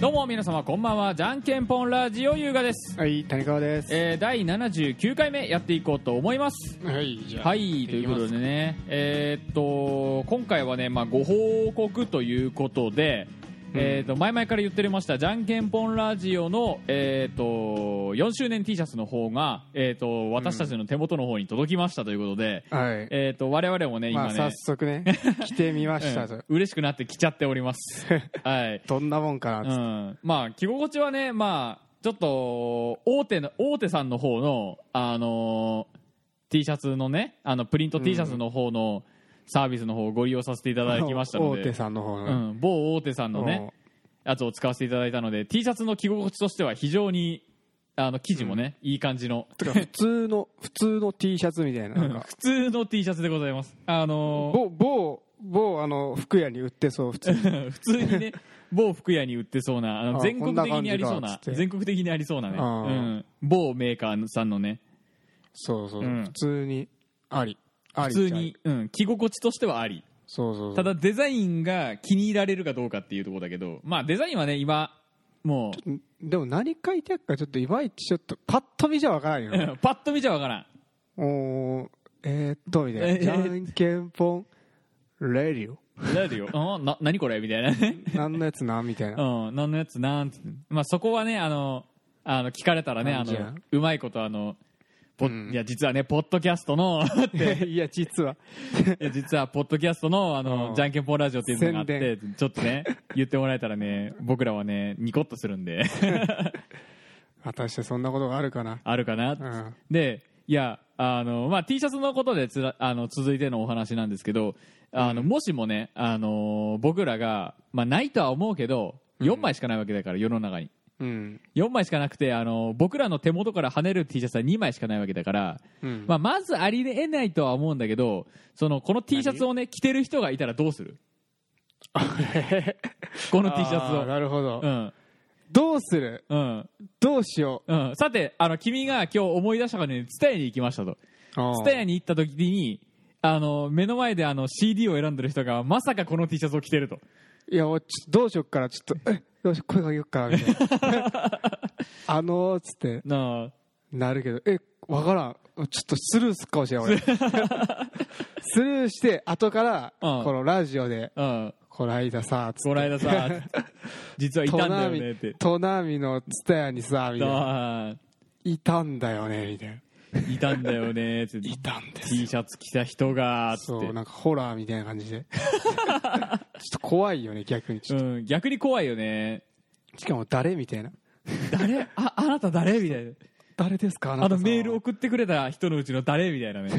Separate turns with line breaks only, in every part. どうも皆様こんばんはじゃんけんぽんラジオ優雅です、
はい、谷川です。
えー、第79回目やっていこうと思います
はい、じゃあ。
はいということでねえーっと今回はね、まあ、ご報告ということで、
うん
えーっと前々から言っておりましたじゃんけんぽんラジオの、えーっと4周年 T シャツの方が、えーっと私たちの手元の方に届きましたということで、
はい。
えーっと我々もね
ま
今
あ、
ね、
早 速ね、来てみましたと。
うん、嬉しくなってきちゃっております はい
どんなもんか
う
なっ
ん、まあ着心地はねまあちょっと大手の大手さんの方のあのー T シャツのねあのプリント T シャツの方のサービスの方をご利用させていただ
て。
きましたので
大手さんの方
う
の。
ん、某大手さんのねやつを使わせていただいたので T シャツの着心地としては非常にあの生地もね、いい感じの
てか、普通の、 普通の T シャツみたいな。なんか
普通の T シャツでございますあのー
某、某、某、あの、服屋に売ってそう、普通に。
普通に ね某服屋に売ってそうなあの
あ
全国的にありそう
こん
な
な感じかっつって
全国的にありそうなね、う
あー
ん、某メーカーさんのね
そうそう。
うん
普通に、あり。あ
普
り
通。に、うん、着心地としてはあり
そうそうそう。
ただデザインが気に入られるかどうかっていうところだけどまあデザインはね今も
うん、でも何書いてあるか、ちょっといまいち、ちょっと、パッと見じゃわからんよ
う、
ね。
パッと見ちゃわからん
おー、えーっと、みたい
え
な。じゃんけんぽん、レディオ。
誰だよ うんな何これみたいなね
何のやつなんみたいな。
うん何のやつなんつってまあそこはねあのあの聞かれたらね
な
あ
んじゃ
のうまいことあのポッ
うん
いや実はねポッドキャストの
いや実はい
や実はポッドキャストのあの、
うん
じゃんけんぽんラジオっていうのがあって
宣
ちょっとね言ってもらえたらね僕らはねニコッとするんで
果たしてそんなことがあるかな
あるかな、
うん
でいやあの、まあ、T シャツのことでつらあの続いてのお話なんですけどあの、もしもねあの僕らが、まあ、ないとは思うけど4枚しかないわけだから世の中に
うん
4枚しかなくてあの僕らの手元から跳ねる T シャツは2枚しかないわけだから、
うん
まあ、まずありえないとは思うんだけどそのこの T シャツをね着てる人がいたらどうす るこの T シャツ
あー
を。
なるほど、
うん
どうする
うん
どうしよ
うん、さてあの君が今日思い出したからね蔦屋に行きましたと
うあー
蔦屋に行った時にあの目の前であの CD を選んでる人がまさかこの T シャツを着てると
いや俺ちょどうしよっからちょっとえどうしよう声かけよっかなみたい なあのーっつって
な
なるけどえわからんちょっとスルーすっかもしれん 俺スルーして後から
うん
このラジオで
あ、うん、
「こないださ」つって
この間さ 実はいたんだよねって
トナミのツタヤにさ」みたいな
あ
「いたんだよね」みたいな
ーいたんだよねって
「いたんです
T シャツ着た人がつっ
そう
て
なんかホラーみたいな感 じでちょっと怖いよね逆にちょっと、
うん、逆に怖いよね
しかも誰みたいな
誰ああなた誰みたいな
誰ですかあな
あ
た
の
さんは
メール送ってくれた人のうちの誰みたいな ね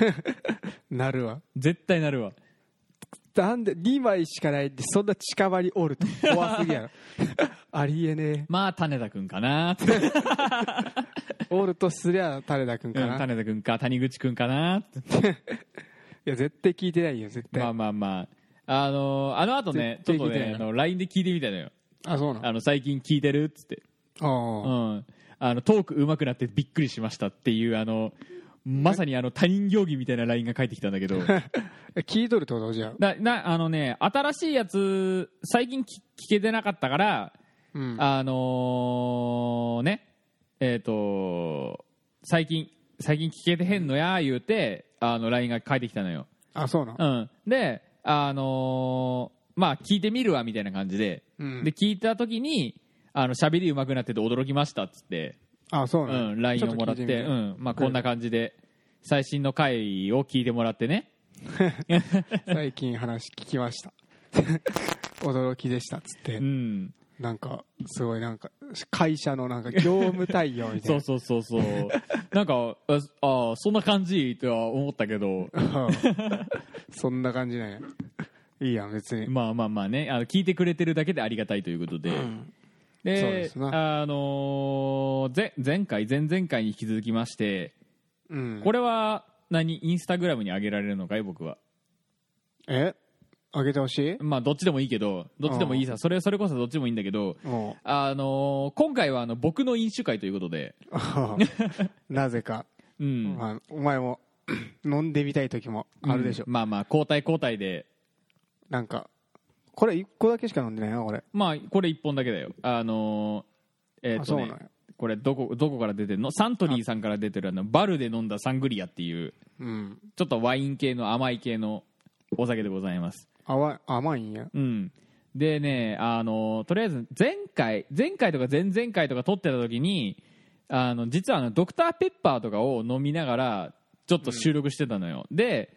なるわ
絶対なるわ
なんで2枚しかないってそんな近場におると怖す ぎやろありえね
まあ種田君かなって
えおるとすりゃ誰だくんか
う
な、
ん
い
種田君か谷口君かなって
や絶対聞いてないよ絶対、
まあまあまああのーあの後ねちょっ
絶対
と
聞いてない
ね
な
あの LINE で聞いてみたのよ
あ、そうなの
あの最近聞いてるっつって、う
あ
ん、あのトーク上手くなってびっくりしましたっていうあのまさにあの他人行儀みたいな LINE が返ってきたんだ けど
あ聞いとるってことじゃあ
ななあのね新しいやつ最近き聞けてなかったから
うん
あのーねえっ、と最近最近聞けてへんのや言うてあの LINE が返ってきたのよ
あそうなの
うん、で、あのーまあ、聞いてみるわみたいな感じで,、
うん
で聞いた時にあの喋り上手くなってて驚きましたっつって、
あそう
う
なの、
ん、LINE をもらって
ちょと聞いみ
う
ようん
まあ、こんな感じで最新の回を聞いてもらってね
最近話聞きました 驚きでしたっつって
うん
なんかすごいなんか会社のなんか業務対応みた
そ
いうな
そうそう そうなんかああそんな感じとは思ったけ ど
うんそんな感じなんやいいやん別に、
まあまあまあねあの聞いてくれてるだけでありがたいということで、
うんそうで
で、
すな
あのーぜ前回前々回に引き続きまして
うん、
こ
れ
れは何インスタグラムに上げられるのかい僕は
えあげてほしい
まあどっちでもいいけどどっちでもいいさそれそれこそどっちでもいいんだけど
も
あのー今回はあの僕の飲酒会ということで
う なぜか、
うん、
まあ、お前も 飲んでみたい時もあるでしょ、
うんまあまあ交代交代で
なんかこれ1個だけしか飲んでないなこれ
まあこれ1本だけだよあのーえっ、
あ
と
そう
ね
なんや
これどこどこから出てるのサントリーさんから出てるあのバルで飲んだサングリアっていう
うん
ちょっとワイン系の甘い系のお酒でございます
甘い甘いんや
うんでねあのとりあえず前回前回とか前々回とか撮ってた時にあの実はあのドクターペッパーとかを飲みながらちょっと収録してたのよ、で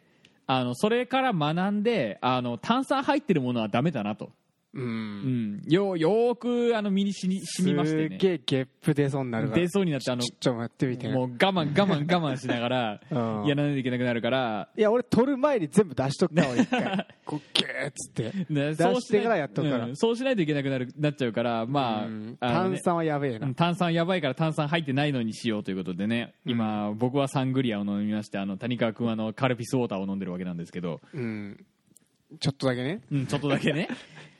あのそれから学んであの炭酸入ってるものはダメだなと、
う
うんん、よよーくあの身にしみ染みまして
す
ね
っげえゲップ出そうになるから
出そうになってあの
ちょっと待ってみて
もう我慢我慢我慢しながら
うん
やらないといけなくなるから
いや俺取る前に全部出しとくから俺 一回こうゲーっつって
ね
出してからやっとくから
うんそうしないといけなくなるなっちゃうからまあ
うん
あのね
炭酸はやべえな
うん炭酸やばいから炭酸入ってないのにしようということでね今、僕はサングリアを飲みましてあの谷川君はあのカルピスウォーターを飲んでるわけなんですけど、
うんちょっとだけね
うん、ちょっとだけね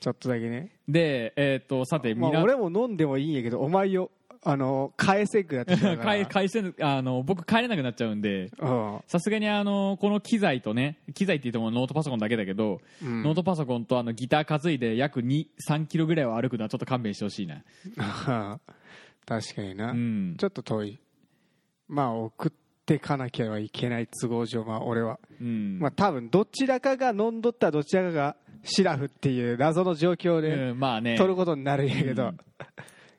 ちょっとだけね
で、えー、とさて
ま
皆、
あ俺も飲んでもいいんやけどお前よあの返せんくなってきた から
返返せぬあの僕帰れなくなっちゃうんで
うん
さすがにあのこの機材とね機材って言ってもノートパソコンだけだけど、
ん
ノートパソコンとあのギター担いで約23キロぐらいは歩くのはちょっと勘弁してほしいな
ああ確かにな、
うん
ちょっと遠いまあ送ってかなきゃいけない都合上まあ俺は、
うん、
まあ多分どちらかが飲んどったらどちらかがシラフっていう謎の状況で
うんまあね
取ることになるんやけど、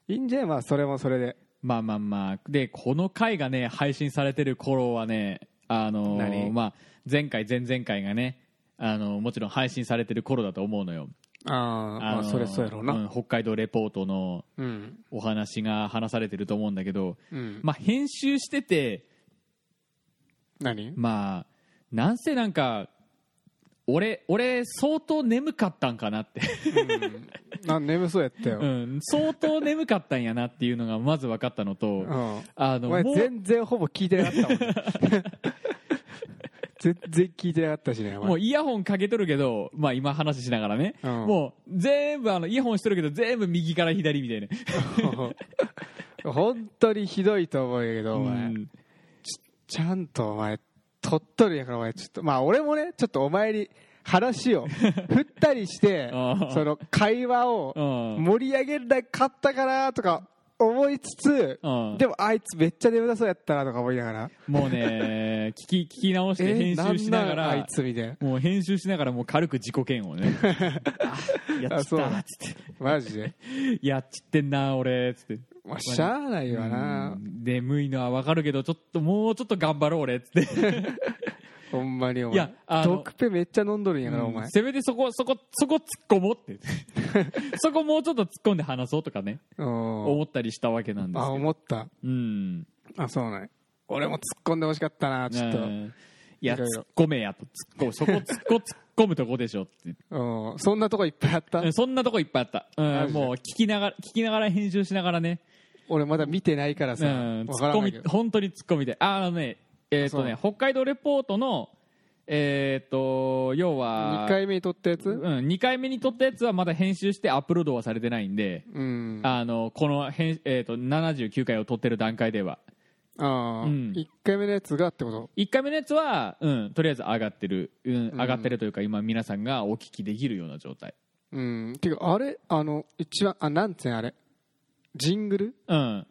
いいんじゃないまあそれもそれで
まあまあまあでこの回がね配信されてる頃はねあのー
何
まあ、前回前々回がねあのーもちろん配信されてる頃だと思うのよ、
ああ、
の
まあ
ー
それそうやろうな
うん北海道レポートの
うん
お話が話されてると思うんだけど、
うん
まあ、編集してて
何
まあなんせなんか俺俺相当眠かったんかなって、
あ眠そうやったよ、
う
うん
ん、相当眠かったんやなっていうのがまず分かったのと、あの
お前
もう
全然ほぼ聞いてなかったもん 全然聞いてなかったしねお前
もうイヤホンかけとるけど、まあ今話しながらね、
うん
もう全部あのイヤホンしてるけど全部右から左みたいな。
本当にひどいと思うんやけど、お前
うん
ちゃんとお前取っとるんやからお前ちょっとまあ俺もねちょっとお前に話を振ったりし て
ああ
その会話を
うん
盛り上げなかったかなとか思いつつ
うん
でもあいつめっちゃ眠たそうやったなとか思いながら
もうね、聞き、聞き直して
え
編
ー
集しなが
んなんあ
ら
い、つみたいな
もう編集しながらもう軽く自己嫌悪ね。 あやっ
あ
ちっ
そう
た、つって。
マジで
やっちってんな、俺、つって。
まあしゃあないわ
う
なん
眠いのはわかるけど、ちょっと、もうちょっと頑張ろう、俺、つって。
ほんまにお
いや
前
あの
ドクペめっちゃ飲んどるんやからお前
せめてそこ、そこ、そこ突っ込もう って。そこもうちょっと突っ込んで話そうとかね、
うん
思ったりしたわけなんです
あ
けど。
思った
うん。
あそうなんや俺も突っ込んでほしかったなちょっと
うんいや、
いろい
突
ろ
っ込めやと、突っ込む、そこ突っ込突っ込むとこでしょって。
うんそんなとこいっぱいあった
うんそんなとこいっぱいあった。う
マ
ん、
ジで
もう聞きながら、聞きながら編集しながらね、
俺まだ見てないから
う
さ、
ん、
わ
突っ
から
込
ないけ
み、
ど
本当に突っ込みで。ああのね、えっ、とね
あ、
北海道レポートの、えっ、と、要は、
2回目に撮ったやつ
うん、2回目に撮ったやつはまだ編集してアップロードはされてないんで、
うんあ
あの、この編、えっ、と、79回を撮ってる段階では。
あ、
うん
1回目のやつがってこと
1回目のやつは、うん、とりあえず上がってる、うん、上がってるというか、今皆さんがお聞きできるような状態。
うんていうかあれあの一番あなんてんあれジングル
うん。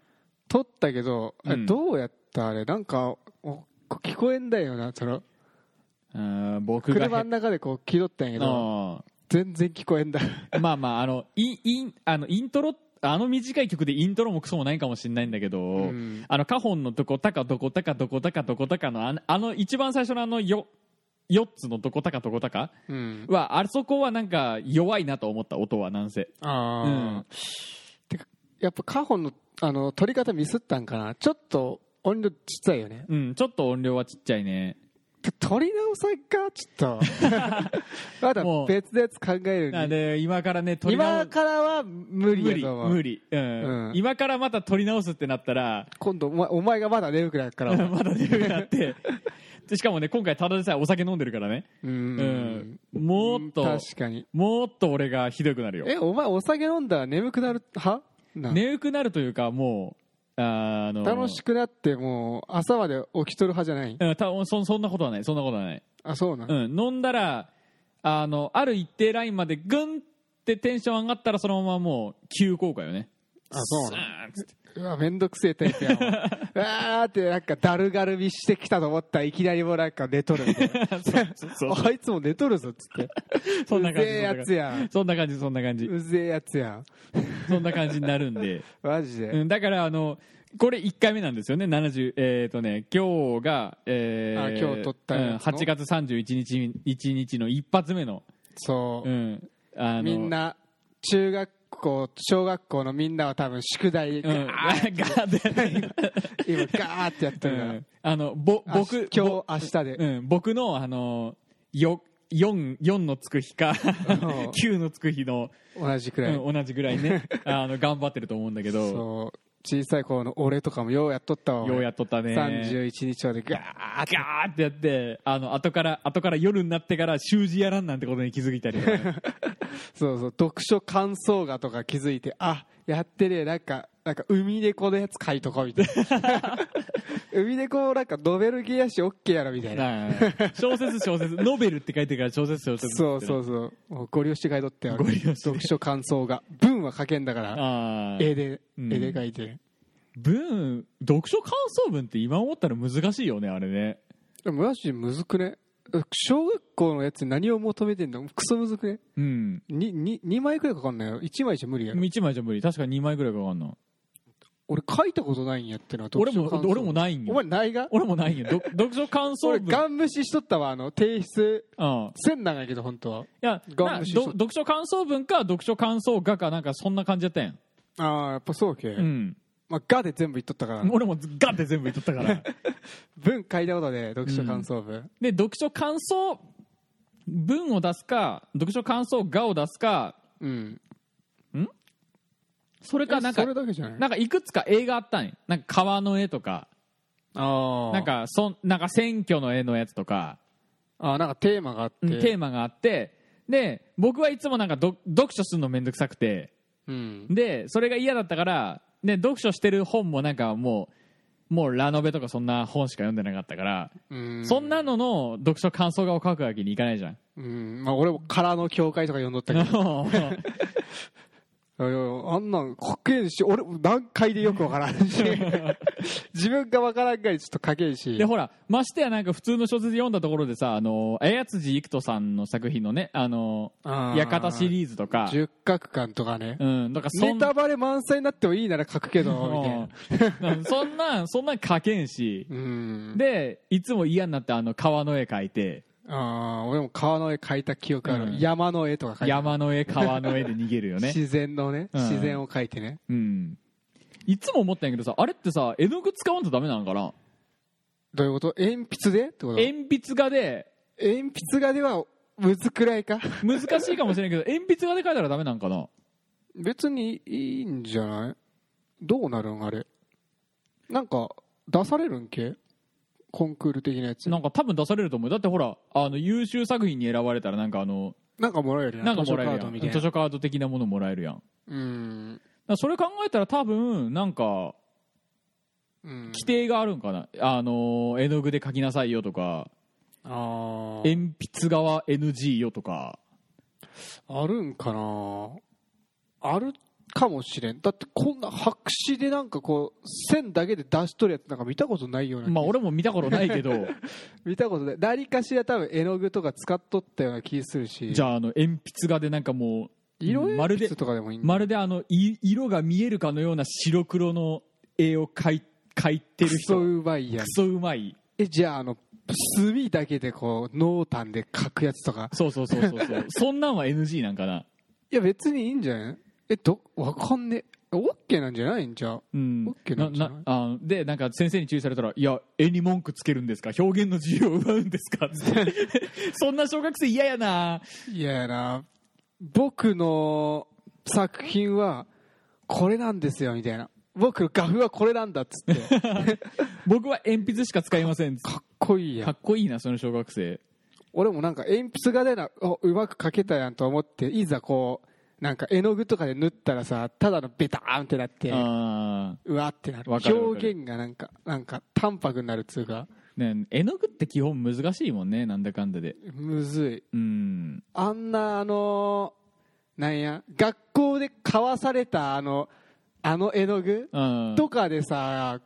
撮ったけど、あれ
うん
どうやったあれなんかお聞こえんだよなその
うん僕がへ
車の中でこう気取ったんやけど
う
全然聞こえんだ
んまあまああのインインあのイントロあの短い曲でイントロもクソもないかもしれないんだけど、
ん
あのカホンのどこたかどこたかどこたかどこたかのあのあの一番最初のあのよ4つのどこたかどこたか
うん
はあそこはなんか弱いなと思った音はなんせ
ああ、
うん
てかやっぱカホンのあの撮り方ミスったんかなちょっと音量ちっちゃいよね
うんちょっと音量はちっちゃいね
取り直さんかちょっと まだ
もう
別のやつ考える
なん
に
で今からね撮り直
今からは無理
無
や
理
と思う
無理、うん
うん
今からまた撮り直すってなったら
今度お前お前がまだ眠くなるから
まだ眠くなってでしかもね今回ただでさえお酒飲んでるからね
う
うん
ん、
もっと
確かに
もっと俺がひどくなるよ
えお前お酒飲んだら眠くなる派な
眠くなるというかもうあの
楽しくなってもう朝まで起きとる派じゃない
うんたそそんなことはないそんなことはない、
あそうなん、
うん、飲んだらあのある一定ラインまでぐんでテンション上がったらそのままもう急降下よね
あそうなの
なの
うわめんどくせえタイプやもんうわーってなんかだるがるみしてきたと思ったらいきなりもうなんか寝とるみた いな あいつも寝とるぞっつって
そんな感
う
じ
ぜえやつやん
そんな感じそんな感じ
うぜえやつやん
そんな感じになるんで、
マジで、
うん、だからあのこれ1回目なんですよね70えっ、とね今日が、えー、
あ今日撮った
うん、
やつの
8月31日1日の一発目の,、
そう
う、ん、あの
みんな中学校小学校のみんなは多分宿題
う
ガ
ん、 ガ
ーッ
ーで、
今ガーってやって
う
るから、
ん、あのぼ
あ
僕
今日明日で、
うん、僕の、あのよ4、4のつく日か、9のつ く日の、
同じく
う
らい、
ん同じぐらい ね、あの、頑張ってると思うんだけど、
そう小さい頃の俺とかもようやっとったわ俺
ようやっとったね。
31日までガー
ガーってやって、あの、後から、後から夜になってから習字やらんなんてことに気づいたりとか ね
そうそう読書感想画とか気づいてあやってねなんかなんか海猫のやつ書いとこうみたいな 海猫なんかノベルゲーやしオッケーやろみたいな
はい小説小説、ノベルって書いてるから小説小説。
そうそうそうもうご利用して書いとってよ
ご利用して
読書感想画文は書けんだから
あー
絵で、
うん
絵で書いてる
文、読書感想文って今思ったら難しいよね、あれね。
でもマジむずくね小学校のやつに何を求めてんのクソむずくね
うん。
にに 2, 枚くらいかかんないよ1枚じゃ無理やろ
1枚じゃ無理。確か2枚ぐらいかかんの。
俺書いたことないんやってのは
俺も、俺も
い
ないんよ
お前。ないが
俺もないんよ ど読書感想
俺
文
ガン無視しとったわあの提出
うん
せんなんやけど本当はい
や
ガン
な
無視し
ど
と
読書感想文か読書感想画かなんかそんな感じやったやん、
ああやっぱそうけ、
うん、
まあ、がで全部言っとったから
俺もガって全部言っとったから
文書いたことで読書感想文、
で読書感想文を出すか読書感想画を出すか
うん
それかなんか
それだけじゃない
なんかいくつか映画あったんよなんか川の絵とか
ああ
なんかそんなんか選挙の絵のやつとか、
あーなんかテーマがあって、
うんテーマがあってで僕はいつもなんかど読書するのめんどくさくて
うん
でそれが嫌だったからで読書してる本もなんかもうもうラノベとかそんな本しか読んでなかったから、
うん
そんなのの読書感想画を書くわけにいかないじゃん
うんまあ、俺も「空の教会」とか読んどったけ どいやいやあんなんかっけえし俺何回でよくわからん し自分がわからんからいちょっとかけえし
でほらましてやなんか普通の小説読んだところでさあの綾辻幾人さんの作品のねあの
あー
館シリーズとか、
十角館とかね、
うん、だからそ
ネ
ん
タバレ満載になってもいいなら書くけどみたいな
うんそんなんそんなん書けんし
うん
でいつも嫌になってあの川の絵描いて
ああ俺も川の絵描いた記憶ある、
うん
山の絵とか描いた
山の絵川の絵で逃げるよ ね
自然のね、
うん
自然を描いてね
うんいつも思ったんやけどさあれってさ絵の具使わんとダメなのかな
どういうこと鉛筆でってこと鉛
鉛筆画で
筆画ではむずくらいか
難しいかもしれんけど 鉛筆画で描いたらダメなんかな
別にいいんじゃないどうなるんあれなんか出されるんけコンクール的なやつ
なんか多分出されると思うだってほらあの優秀作品に選ばれたらなんかあの
なんかもらえるよね
なんかもらえるや
図書カード
ん
み
図
たい
書
な
カード的なものもらえるやんだか
うん
らそれ考えたら多分なんか
うん
規定があるんかな、あの絵の具で描きなさいよとか
あー
鉛筆画は NG よとか
あるんかなあるかもしれんだってこんな白紙でなんかこう線だけで出しとるやつなんか見たことないような気
ま
が
あ俺も見たことないけど
見たことない何かしら多分絵の具とか使っとったような気するし
じ
あ
ゃああの鉛筆画でなんかもう
色
まる
鉛
で
筆とかでもいいんだ
まるであのい色が見えるかのような白黒の絵を描い描いてる
クソ
人
うまいや
ク
ん
ソうまい
えじゃああの墨だけでこう濃淡で描くやつとか
そうそうそうそうそうそんなんは NG なんかない
や別にいいんじゃないえどわかんねえオッケーなんじゃないんじゃあ
うん
OK なんじゃない
あのでなんか先生に注意されたら「いや絵に文句つけるんですか表現の自由を奪うんですか」つ ってそんな小学生嫌やない
ややな僕の作品はこれなんですよみたいな僕の画風はこれなんだっつって
僕は鉛筆しか使いません
かっこいいや
か
ん
っこいいなその小学生
俺もなんか鉛筆画でなあうまく描けたやんと思っていざこうなんか絵の具とかで塗ったらさただのベターンってなって
あ
うわってなる
わかるわかる
表現がなんかなんか淡白になるっつうか
ーね絵の具って基本難しいもんねなんだかんだで
むずい
うん
あんなあのなんや学校で買わされたあのあの絵の具
うん
とかでさ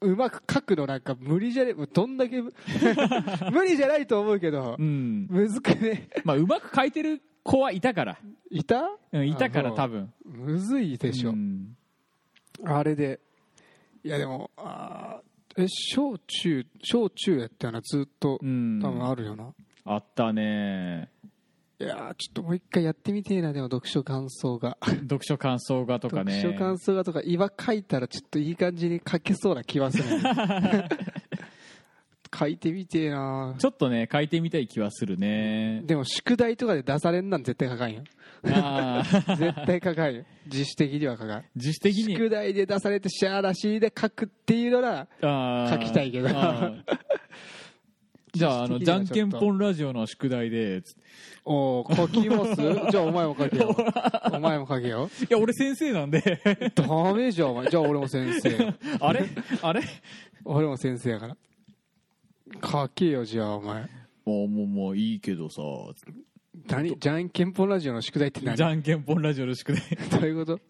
うまく描くのなんか無理じゃねもうどんだけ 無理じゃないと思うけど
うん
むずくね
まあうまく書いてる子はいたから、
いた
うん、いたから
あ
多分
むずいでしょ、
うん
あれでいやでもあーえ小中小中やったよなずっと
う
多
ん
分あるよな、
あったね
いやーちょっともう一回やってみてえなでも読書感想が、
読書感想画とか
読
ね
書感想がとか今書いたらちょっといい感じに書けそうな気はする 書いてみてえな
ちょっとね書いてみたい気はするね
でも宿題とかで出されんなん絶対書かんよ
あー
絶対書かんよ自主的には書かん
自主的に
宿題で出されてシャーらしいで書くっていうのら
書
書きたいけど
じゃああのじ
知識的には
ゃんけんぽんラジオの宿題でつ
おお書きます じゃあお前も書けよお前も書けよ
いや俺先生なんで
ダメじゃんお前じゃあ俺も先生
あれあれ
俺も先生やから書けよじゃあお前
もうもうもういいけどさ
何じゃんけんぽんラジオの宿題って何
じゃんけんぽんラジオの宿題
どういうこと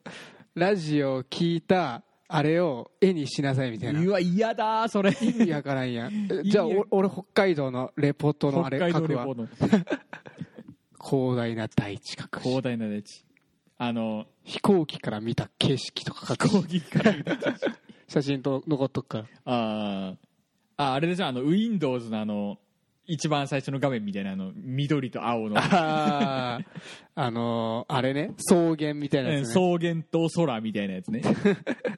ラジオを聞いたあれを絵にしなさいみたいな
うわ嫌だーそれ
意味わからんやんえじゃあ
意味
お俺北海道のレポートのあ
北
れ
海
書
道
く
レ
わ
ポートの
広大な大地書くし
広大な大地あの
飛行機から見た景色とか書く
講
し
義から見た
写真と残っとくから
あーああれでしょあの Windows のあの一番最初の画面みたいなあの緑と青の、
あー あのーあれね草原みたいな
うん
やつね
草原と空みたいなや つね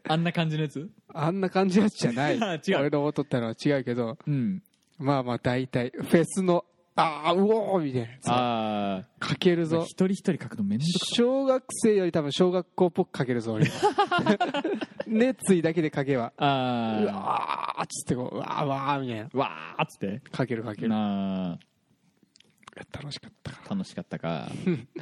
あんな感じのやつ
あんな感じのやつじゃな
あ
い
違う
俺の撮ったのは違うけど
うん
まあまあ大体フェスのああうおーみたいなや
あ
つ書ける
あ
ぞ
一人一人書くのめんどくさ
小学生より多分小学校っぽく書けるぞ俺 熱意だけで書けば
あ
う
ー
わーっつってこううわーわーみたいな
わーっつって
書ける書ける
な
楽しかったか
あ楽しかったから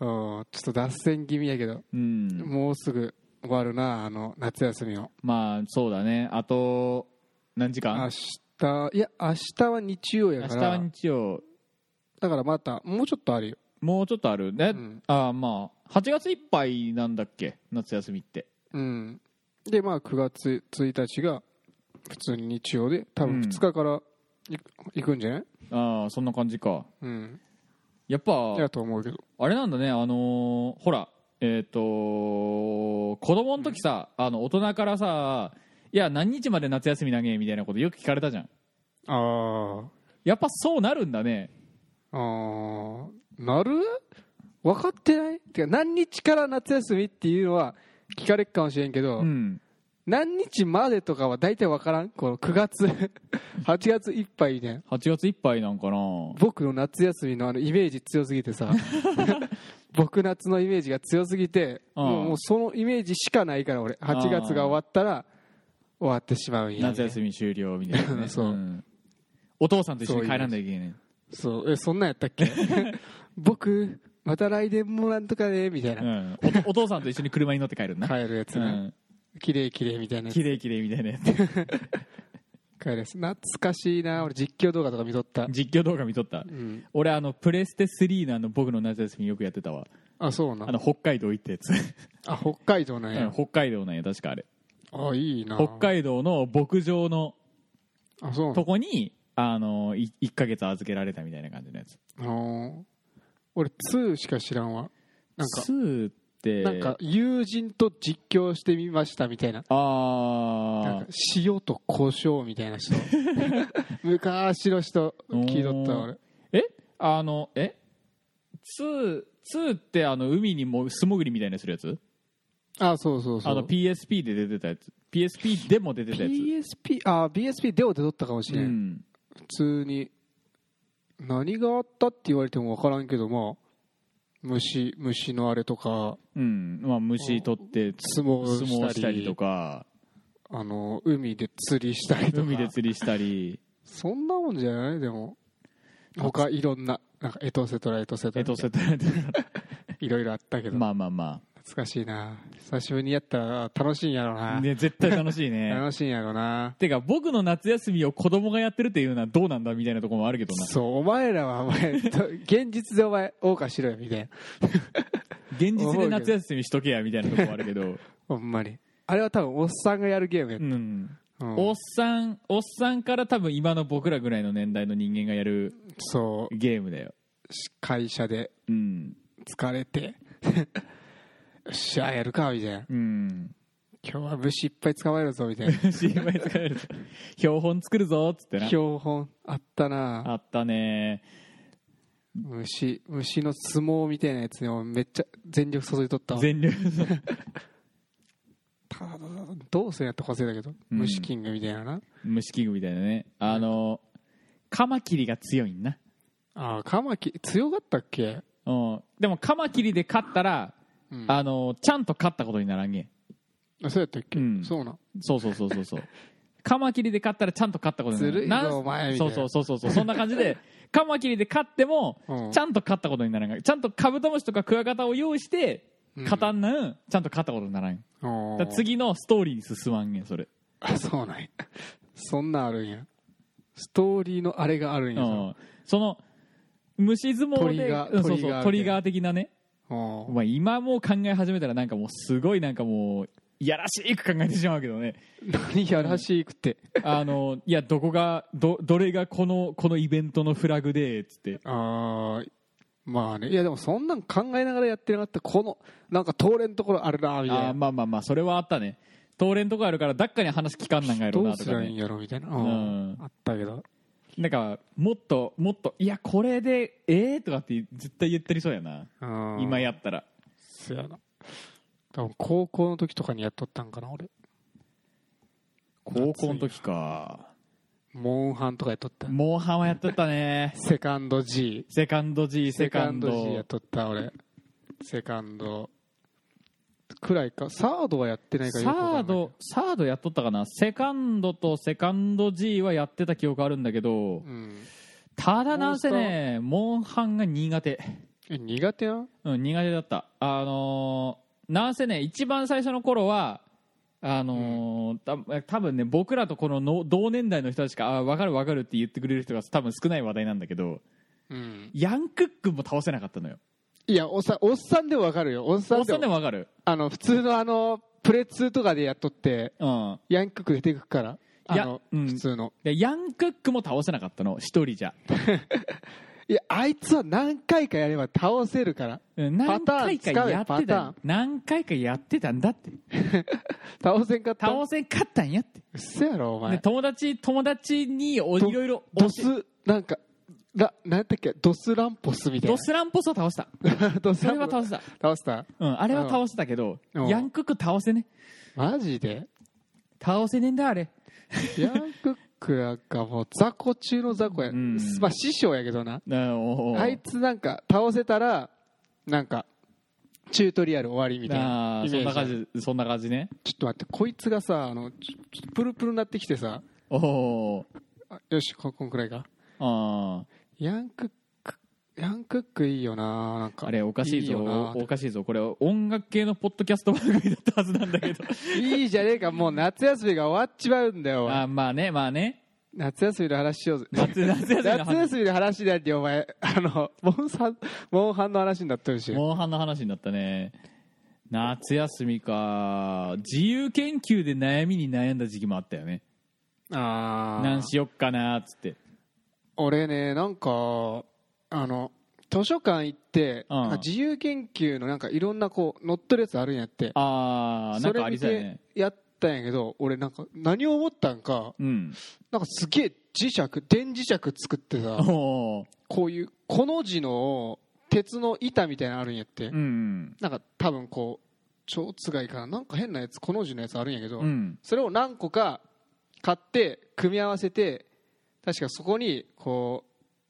うんちょっと脱線気味やけど
うん
もうすぐ終わるなあの夏休みを
まあそうだねあと何時
明
間
日いや明日は日曜や
明
か
日
ら
は日曜
だからまたもうちょっとあるよ
もうちょっとあるね、
ん
ああまあ8月いっぱいなんだっけ夏休みって
うんでまあ9月1日が普通に日曜で多分2日からい行くんじゃない
ああそんな感じか
うん
やっぱ
やと思うけど
あれなんだねあのーほらえっ、と子供の時さ、あの大人からさいや何日まで夏休みなげみたいなことよく聞かれたじゃん
あ
やっぱそうなるんだね
ああーなる分かってないてか何日から夏休みっていうのは聞かれるかもしれんけど、
うん
何日までとかは大体分からんこの9月 8月いっぱいみたいな
8月いっぱいなんかな
僕の夏休みのあのイメージ強すぎ てさ僕夏のイメージが強すぎて
うん
もうもうそのイメージしかないから俺8月が終わったら終わってしまうんや
夏休み終了みたいな、ね、
そうん
お父さんと一緒に帰らなきゃいけない
そうえそんなんやったっ け僕また来年もなんとかねみたいな、
うんおお父さんと一緒に車に乗って帰るんだ、
帰るやつ
う
な、
ん、
綺麗綺麗みたいなやつ
きれいきれいみたいなやつ
帰るやつ懐かしいな俺実況動画とか見とった、
実況動画見とった
うん、
俺あのプレステ3のあの僕の夏休みよくやってたわ
あそう
あ
な
の北海道行ったやつ、
あ北海道なん
う
や
ん、北海道なんや確かあれ
あいいな
北海道の牧場の
あそうな
とこにあのい1ヶ月預けられたみたいな感じのやつ
あー俺2しか知らんわなんか
2って
なんか友人と実況してみましたみたいななん
あ
か塩と胡椒みたいな 人昔の人聞いとったわ俺
ーえあのえ2 2ってあの海にも素潜りみたいなするやつ
あそうそうそう
あの PSP で出てたやつ PSP でも出てたやつ、
PSP あ BSP でも出とったかもしれ、
うんん、
普通に何があったって言われても分からんけどまあ虫虫のあれとか
うんまあ、虫取って
相撲
相
した
撲
り
したりとか
あの海で釣りしたりとか
海で釣りしたり
そんなもんじゃないでも他いろんななんかエトセトラエトセトラ
えっとそうやって
いろいろあったけど
まあまあまあ
夏懐かしいな久しぶりにやったら楽しいんやろうな、
ね、絶対楽しいね
楽しいんやろうな
てか僕の夏休みを子供がやってるっていうのはどうなんだみたいなところもあるけどな
そうお前らはお前現実でお前謳歌しろよみたいな
現実で夏休みしとけやみたいなとこもあるけ ど、
ほんまにあれは多分おっさんがやるゲームやっ
うん、
た、うん
おっさんおっさんから多分今の僕らぐらいの年代の人間がやる
そう
ゲームだよ
会社で
うん
疲れて よっしゃやるかみたいな
うん
今日は虫いっぱい捕まえるぞみたいな
CM 使える標本作るぞっつってな
標本あったな
あったね
虫虫の相撲みたいなやつにもめっちゃ全力注いとったわ
全力
ただどうするんやったか忘れたけど、
うん
虫キングみたいなな
虫器具みたいなねあのカマキリが強いんな
ああカマキ強かったっけ
うんでもカマキリで勝ったら、
うん
あのちゃんと勝ったことにならんげん
あそうやったっけ、
うん
そうなん
そうそうそうそうそう カマキリで勝ったらちゃんと勝ったことになる
ずるいぞ
なん
お前み
そ
たいうな
そうそうそうそうそんな感じ でカマキリで勝っても、
うん
ちゃんと勝ったことにならんがちゃんとカブトムシとかクワガタを用意して勝たんなん、ちゃんと勝ったことにならんだ
おー
から次のストーリーに進まんげんそれ
あ そうなんやそんなんあるんやストーリーのあれがあるんや
うんその虫相撲
鳥
で
が
うんそう
鳥
そう
が
トリガー的なね、
そのうん
まあ、今もう考え始めたらなんかもうすごいなんかもういやらしく考えてしまうけどね
何やらしくて
あのいやどこがどどれがこのこのイベントのフラグでっつって
あーまあねいやでもそんなん考えながらやってなかったこのなんか通れんところあるなみたい
あー
な
まあまあまあそれはあったね通れんとこあるからだっかに話聞かんなんかやろ
ど
う
う
な
す
と
り
か
ゃいいん
ね
やろみたいな、
うん
あったけど
なんかもっともっといやこれでええー、とかって絶対言ってりそうやな
うん
今やったら
そやな多分高校の時とかにやっとったんかな俺
高校の時か
モンハンとかやっとった
モンハンはやっとったね
セカンド G
セカンド G セカンド
セカ G やっとった俺セカンドくらいかサードはやってないから
サ
よくわか
ー
んない
ドサードやっとったかなセカンドとセカンド G はやってた記憶あるんだけど
うん
ただなんせねモンハンが苦手
え苦手な
うん苦手だったあのーなんせね一番最初の頃はあのーた多分ね僕らとこのの同年代の人たちかあ分かる分かるって言ってくれる人が多分少ない話題なんだけど
うん
ヤンクックンも倒せなかったのよ
いやおっさんおっさんでもわかるよおっさ
お
ん
っ
で
さ
も
んでも分かる
あの普通のあのプレ2とかでやっとって
うん
ヤンクック出てくからあ
いや
の、
うん
普通の
でヤンクックも倒せなかったの一人じゃ
いやあいつは何回かやれば倒せるから
うん
パ
何
ターン
回か
使うよ
やって
パタ
た
ーン
よ何回かやってたんだって
倒せんかった
倒せんかったんやって
うっせやろお前
で友達友達におい
ど
ろいろ
ドスなんかラなんやったっけドスランポスみたい
ド
な
スランポスを倒した
ドス
そ
ラン
れは倒
ポス
せた
倒した
うんあれは倒せたけど
うん
ヤンクック倒せね
マジで
倒せねえんだあれ
ヤンクックなんかもう雑魚中の雑魚や、
うん
まあ師匠やけどな
うんおうおう
あいつなんか倒せたらなんかチュートリアル終わりみたいな
あー
イ
そ
メ
んな
ージ
感じそんな感じね
ちょっと待ってこいつがさあのちょちょっとプルプルになってきてさ
おお
あよしここんくらいか
あー
ヤンクックヤンクックいいよななんか
あれおかしい
いいよ
ぞ
な
おおかしいぞこれ音楽系のポッドキャスト番組だったはずなんだ けど
いいじゃねえかもう夏休みが終わっちまうんだよおい
あーまあねまあね
夏休みの話しようぜ
夏夏休みの
夏
話
休みの話だってお前あのモンハンモンハンの話になってるし
モンハンの話になったね夏休みか自由研究で悩みに悩んだ時期もあったよね
あ
何しよっかなーっつって
俺ねなんかあの図書館行って、
うん
なんか自由研究のなんかいろんなこう載ってるやつあるんやって
ああなんかありそうや
それ見
ね
てやったんやけど俺なんか何を思ったんか
うん
なんかすげえ磁石電磁石作ってさ
おー
こういうこの字の鉄の板みたいなのあるんやって、
うん
なんか多分こう蝶つがいかななんか変なやつこの字のやつあるんやけど、
うん
それを何個か買って組み合わせて確かそこにこ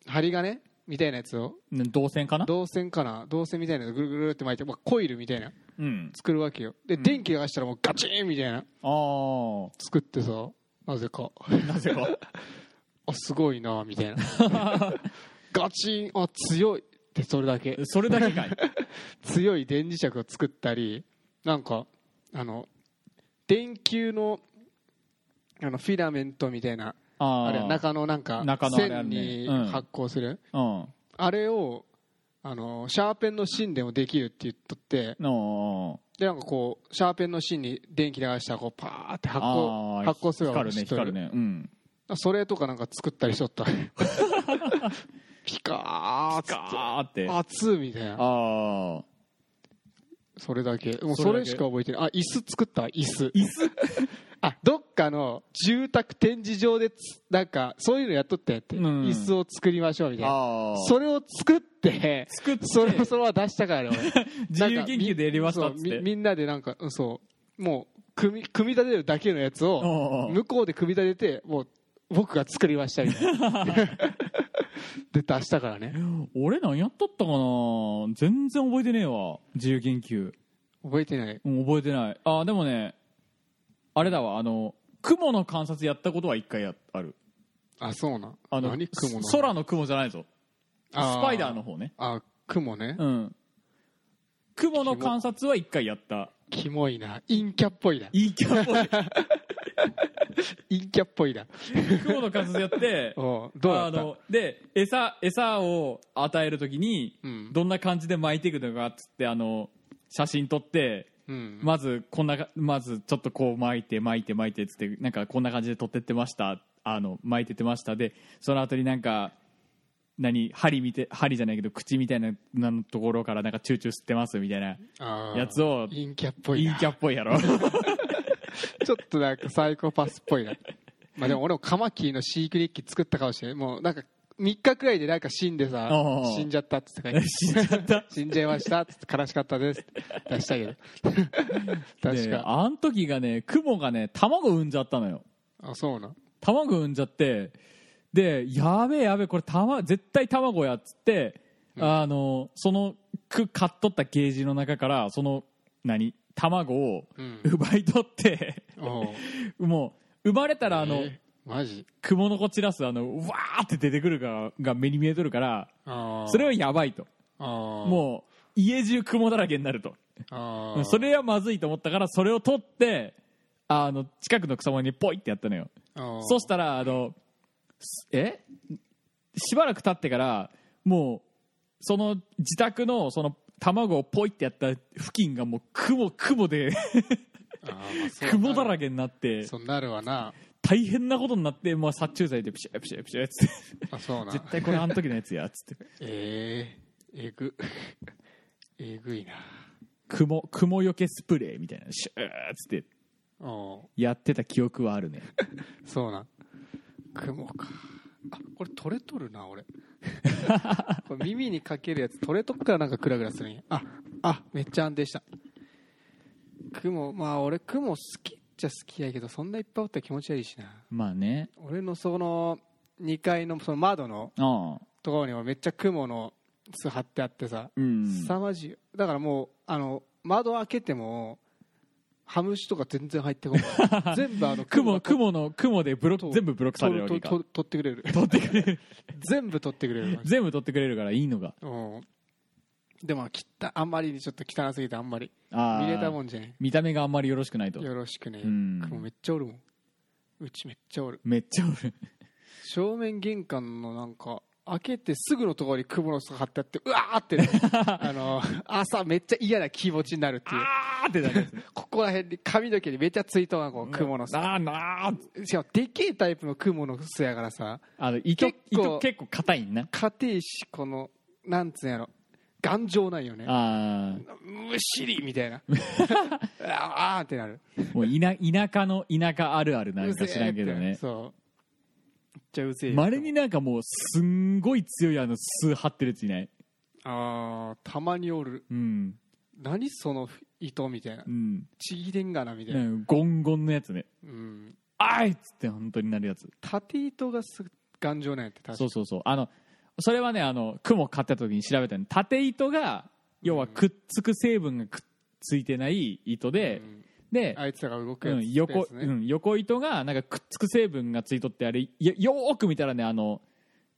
う針金みたいなやつを
ね動線かな
導線かな導線みたいなやつをぐるぐるぐるって巻いて、まあ、コイルみたいな
うん
作るわけよで、
ん
電気が走ったらもうガチンみたいな
ああ
作ってさなぜか
なぜか
あすごいな みたいなガチンあ強いってそれだけ
それだけかい
強い電磁石を作ったりなんかあの電球のあのフィラメントみたいな
あー
あれ中のなんか
中のあれある
線
ね
に
うん
発光する
うん
あれをあのシャーペンの芯でもできるって言っとって
の
でなんかこうシャーペンの芯に電気流したらこうパーって発光発光するわ
光る
け
ね
知っと
光るねうん
それとかなんか作ったりしとった ピカーッつって
ガーってあ
熱っみたいな
あ
それだけもう
そ
そ
れだ
れ
け
しか覚えてないあ椅子作ったわ椅子椅子 あどっかの住宅展示場でつなんかそういうのやっとったんやって、
うん
椅子を作りましょうみたいな
ああ
それを作って
作って
それをそのまま出したからね 俺
自由研究でやりましたっつっ
なんかみそう
て
みみんなでなんかうんそうもう組み組み立てるだけのやつを
うん
向こうで組み立ててもう僕が作りましたみたいな で出したからね
俺何やったったかな全然覚えてねえわ自由研究
覚えてない
うん覚えてないあーでもねあれだわあの雲の観察やったことは一回やある
あそうなん
あの
何雲の
空の雲じゃないぞス
あー
パイダーの方ね
あ雲ね
うん雲の観察は一回やった
キモいな陰キャっぽいない
いキャン
陰キャっぽいな
雲の観察やって
おう どうだ
あ
った
ので餌餌を与えるときに、
うん
どんな感じで巻いていくのかっつってあの写真撮って
うん
まずこんなかまずちょっとこう巻いて巻いて巻いてっつってなんかこんな感じで撮ってってましたあの巻いてってましたでその後になんか何針見て針じゃないけど口みたいななのところからなんかチューチュー吸ってますみたいな
あー
やつを
陰キャっぽい
陰
な
キャっぽいやろ
ちょっとなんかサイコパスっぽいなまあでも俺もカマキリの飼育日記作ったかもしれないもうなんか3日くらいでなんか死んでさ
おうおう
死んじゃったっつって書いて
死んじゃった
死んじゃいましたっつって悲しかったですって出したけ ど 確
で
か
あん時がね雲がね卵産んじゃったのよ
あそうなん
卵産んじゃってでやべえやべえこれ卵絶対卵やっつって、あのそのく買っとったケージの中からその何卵を
うん
奪い取って、
おう
もう生まれたらあの、
えーマジ
クモの子散らすあのうわーって出てくるがが目に見えとるから
あー
それはやばいと
あー
もう家中クモだらけになると
あ
う
ー
んそれはまずいと思ったからそれを取ってあの近くの草むらにポイってやったのよ
あー
そしたらあのすえしばらく経ってからもうその自宅のその卵をポイってやった付近がもう雲雲で
あーまあそうなる
雲だらけになって
そうなるわな
大変なことになって、まあ、殺虫剤でピシャピシャピシャっつって
あそうな
絶対これあの時のやつやっつって
えー、えぐ えぐいな
雲雲よけスプレーみたいなシューっつって
お
やってた記憶はあるね
そうなん雲かあこれ取れとる な俺これ耳にかけるやつ取れとくからなんかクラクラするんやああめっちゃ安定した雲まあ俺雲好きっちゃ好きやけどそんないっぱいおったら気持ち悪いしな
まあね
俺のその2階のその窓の
ああ
ところにもめっちゃ雲の巣張ってあってさ、
うん
凄まじいだからもうあの窓開けてもハムシとか全然入っ てこない全部あの
雲
が取
雲の雲でブロッ
と
ク全部ブロックされるわけか
とと取って くれる
取ってくれる
全部取ってくれる
全部取ってくれるからいいのが
うんでもきったあんまりにちょっと汚すぎてあんまり
あー
見れたもんじゃね
見た目があんまりよろしくないと
よろしくね
うん
雲めっちゃおるもんうちめっちゃおる
めっちゃおる
正面玄関のなんか開けてすぐのところに雲の巣が張ってあってうわーって ねあの朝めっちゃ嫌な気持ちになるっていう
あーってなるやつ
ここら辺に髪の毛にめっちゃついとんわこう雲の巣
なあなあ
しかもでけえタイプの雲の巣やからさ
あの糸
結構
糸結構硬いんな
硬いしこのなんつうんやろ頑丈なんよね
あ
むっし りみたいな ああーってなる
あもう田田舎の田舎あるあるなんか知らんけど
うぜえってなる
ね
そうめっちゃうぜえ
まれになんかもうすんごい強いあの巣張ってるやついない
あーたまにおる
うん
何その糸みたいな
うん、
ちぎれんがなみたいな、
うん、ゴンゴンのやつね
うん、
あいっつって本当になるやつ
縦糸がす頑丈なんやって確か
そうそうそうあのそれはねあの雲買った時に調べたの縦糸が要はくっつく成分がくっついてない糸で、
うん
で、
あいつらが動く
う
やつ、
ん、横、
ですね
うん、横糸がなんかくっつく成分がついとってあれよよーく見たらねあの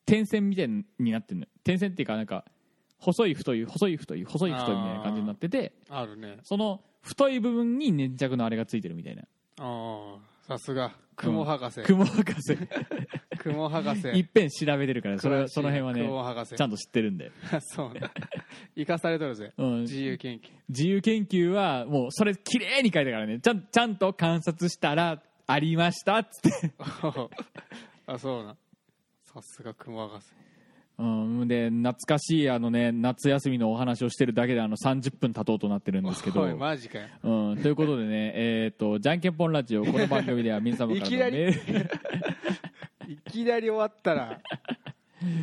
点線みたいになってるのよ点線っていうかなんか細い太い細い太い細い太いみたいな感じになってて
あるね
その太い部分に粘着のあれがついてるみたいな
ああさすが雲博士、
雲博 士
雲博士
いっぺん調べてるからそ
詳
れ
しい
その辺は
雲
ね
博士
ちゃんと知ってるんで、
そうね生かされとるぜ
うん、
自由研究
自由研究はもうそれ綺麗に書いたからねちゃんちゃんと観察したらありましたっつって、
あそうなさすが雲博士
うん、で懐かしいあのね夏休みのお話をしてるだけであの30分経とうとなってるんですけど
おいマジかよ
うん、ということでね、えっ、と、じゃんけんぽんラジオ、この番組では皆様からの
いきなり
メ ール、
いきなり終わったら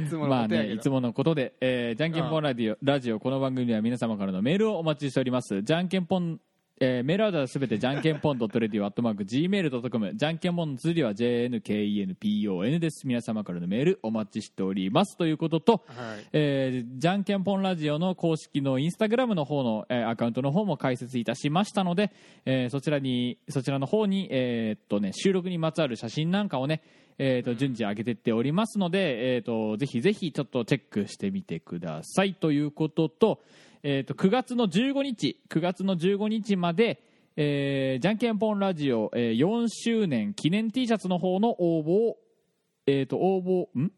いつもの
まあ
ことや
ね、
け
いつ
ど、
ものことで、えーじゃんけんぽんラジオ、ラジオ、この番組では皆様からのメールをお待ちしております。じゃんけんぽん、えーメールアドレスすべてじゃんけんぽん .radio.gmail.com、じゃんけんぽんの通りは jnkenpon です。皆様からのメールお待ちしております。ということと、
はい
えーじゃんけんぽんラジオの公式のインスタグラムの方の、えーアカウントの方も開設いたしましたので、えーそちらにそちらの方に、えーっとね、収録にまつわる写真なんかをね、えーっと順次上げてっておりますので、えーっとぜひぜひちょっとチェックしてみてくださいということと,、えーっと9月の15日9月の15日まで、えーじゃんけんぽんラジオ、えー4周年記念 T シャツの方の応募を、えーっと応募ん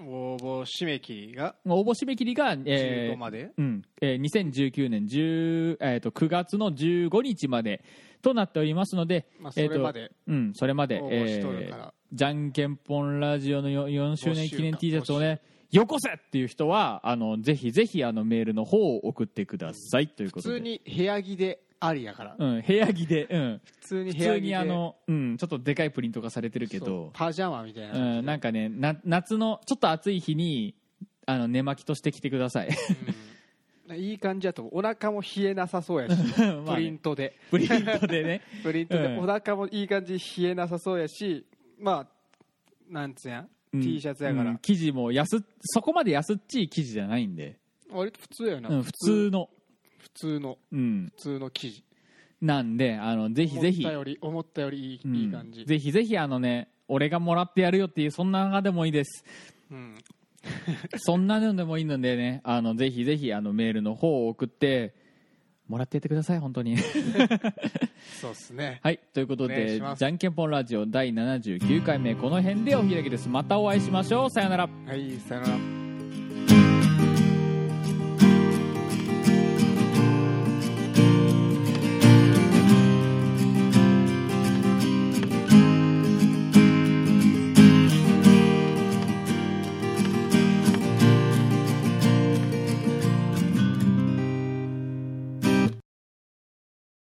応募締め切りが
応募締め切りが、えー
15まで、
うんえー2019年10、えー、と9月の15日までとなっておりますので、
まあ、そ
えー
れ
と
まで
うん、それまで
応募しとるから
えーじゃんけんぽんラジオの 4, 周年記念
募集か
T シャツをねよこせっていう人はあのぜひぜひあのメールの方を送ってくださいというこ
普
とで
通に部屋着でありやから、
うん、部屋着で、うん、
普通に
普
部屋
通
着で
にあの、うん、ちょっとでかいプリントがされてるけ
そう
ど
パジャマみたいな
う
感じで、
ん、なんかねな夏のちょっと暑い日にあの寝巻きとして着てください
うんいい感じだと思うお腹も冷えなさそうやし、
まあね
プリントで
プリントでね
プリントで、
うん
お腹もいい感じに冷えなさそうやしまあなんつうやん、
うん
T シャツやから、
うん生地も安っそこまで安っちい生地じゃないんで、
割と普通やな、
うん、普通の、
普通の
うん、
普通の生地
なんであのぜひぜひ
思ったより思ったよりいい,、
うん
いい感じ、
ぜひぜひあのね俺がもらってやるよっていうそんなのでもいいです
うん、
そんなのでもいいのでねあのぜひぜひあのメールの方を送ってもらってってください本当に
そうっすね
はいということ
お願い
で
します
じゃんけんぽんラジオ第79回目この辺でお開きですまたお会いしましょうさよなら
はいさよなら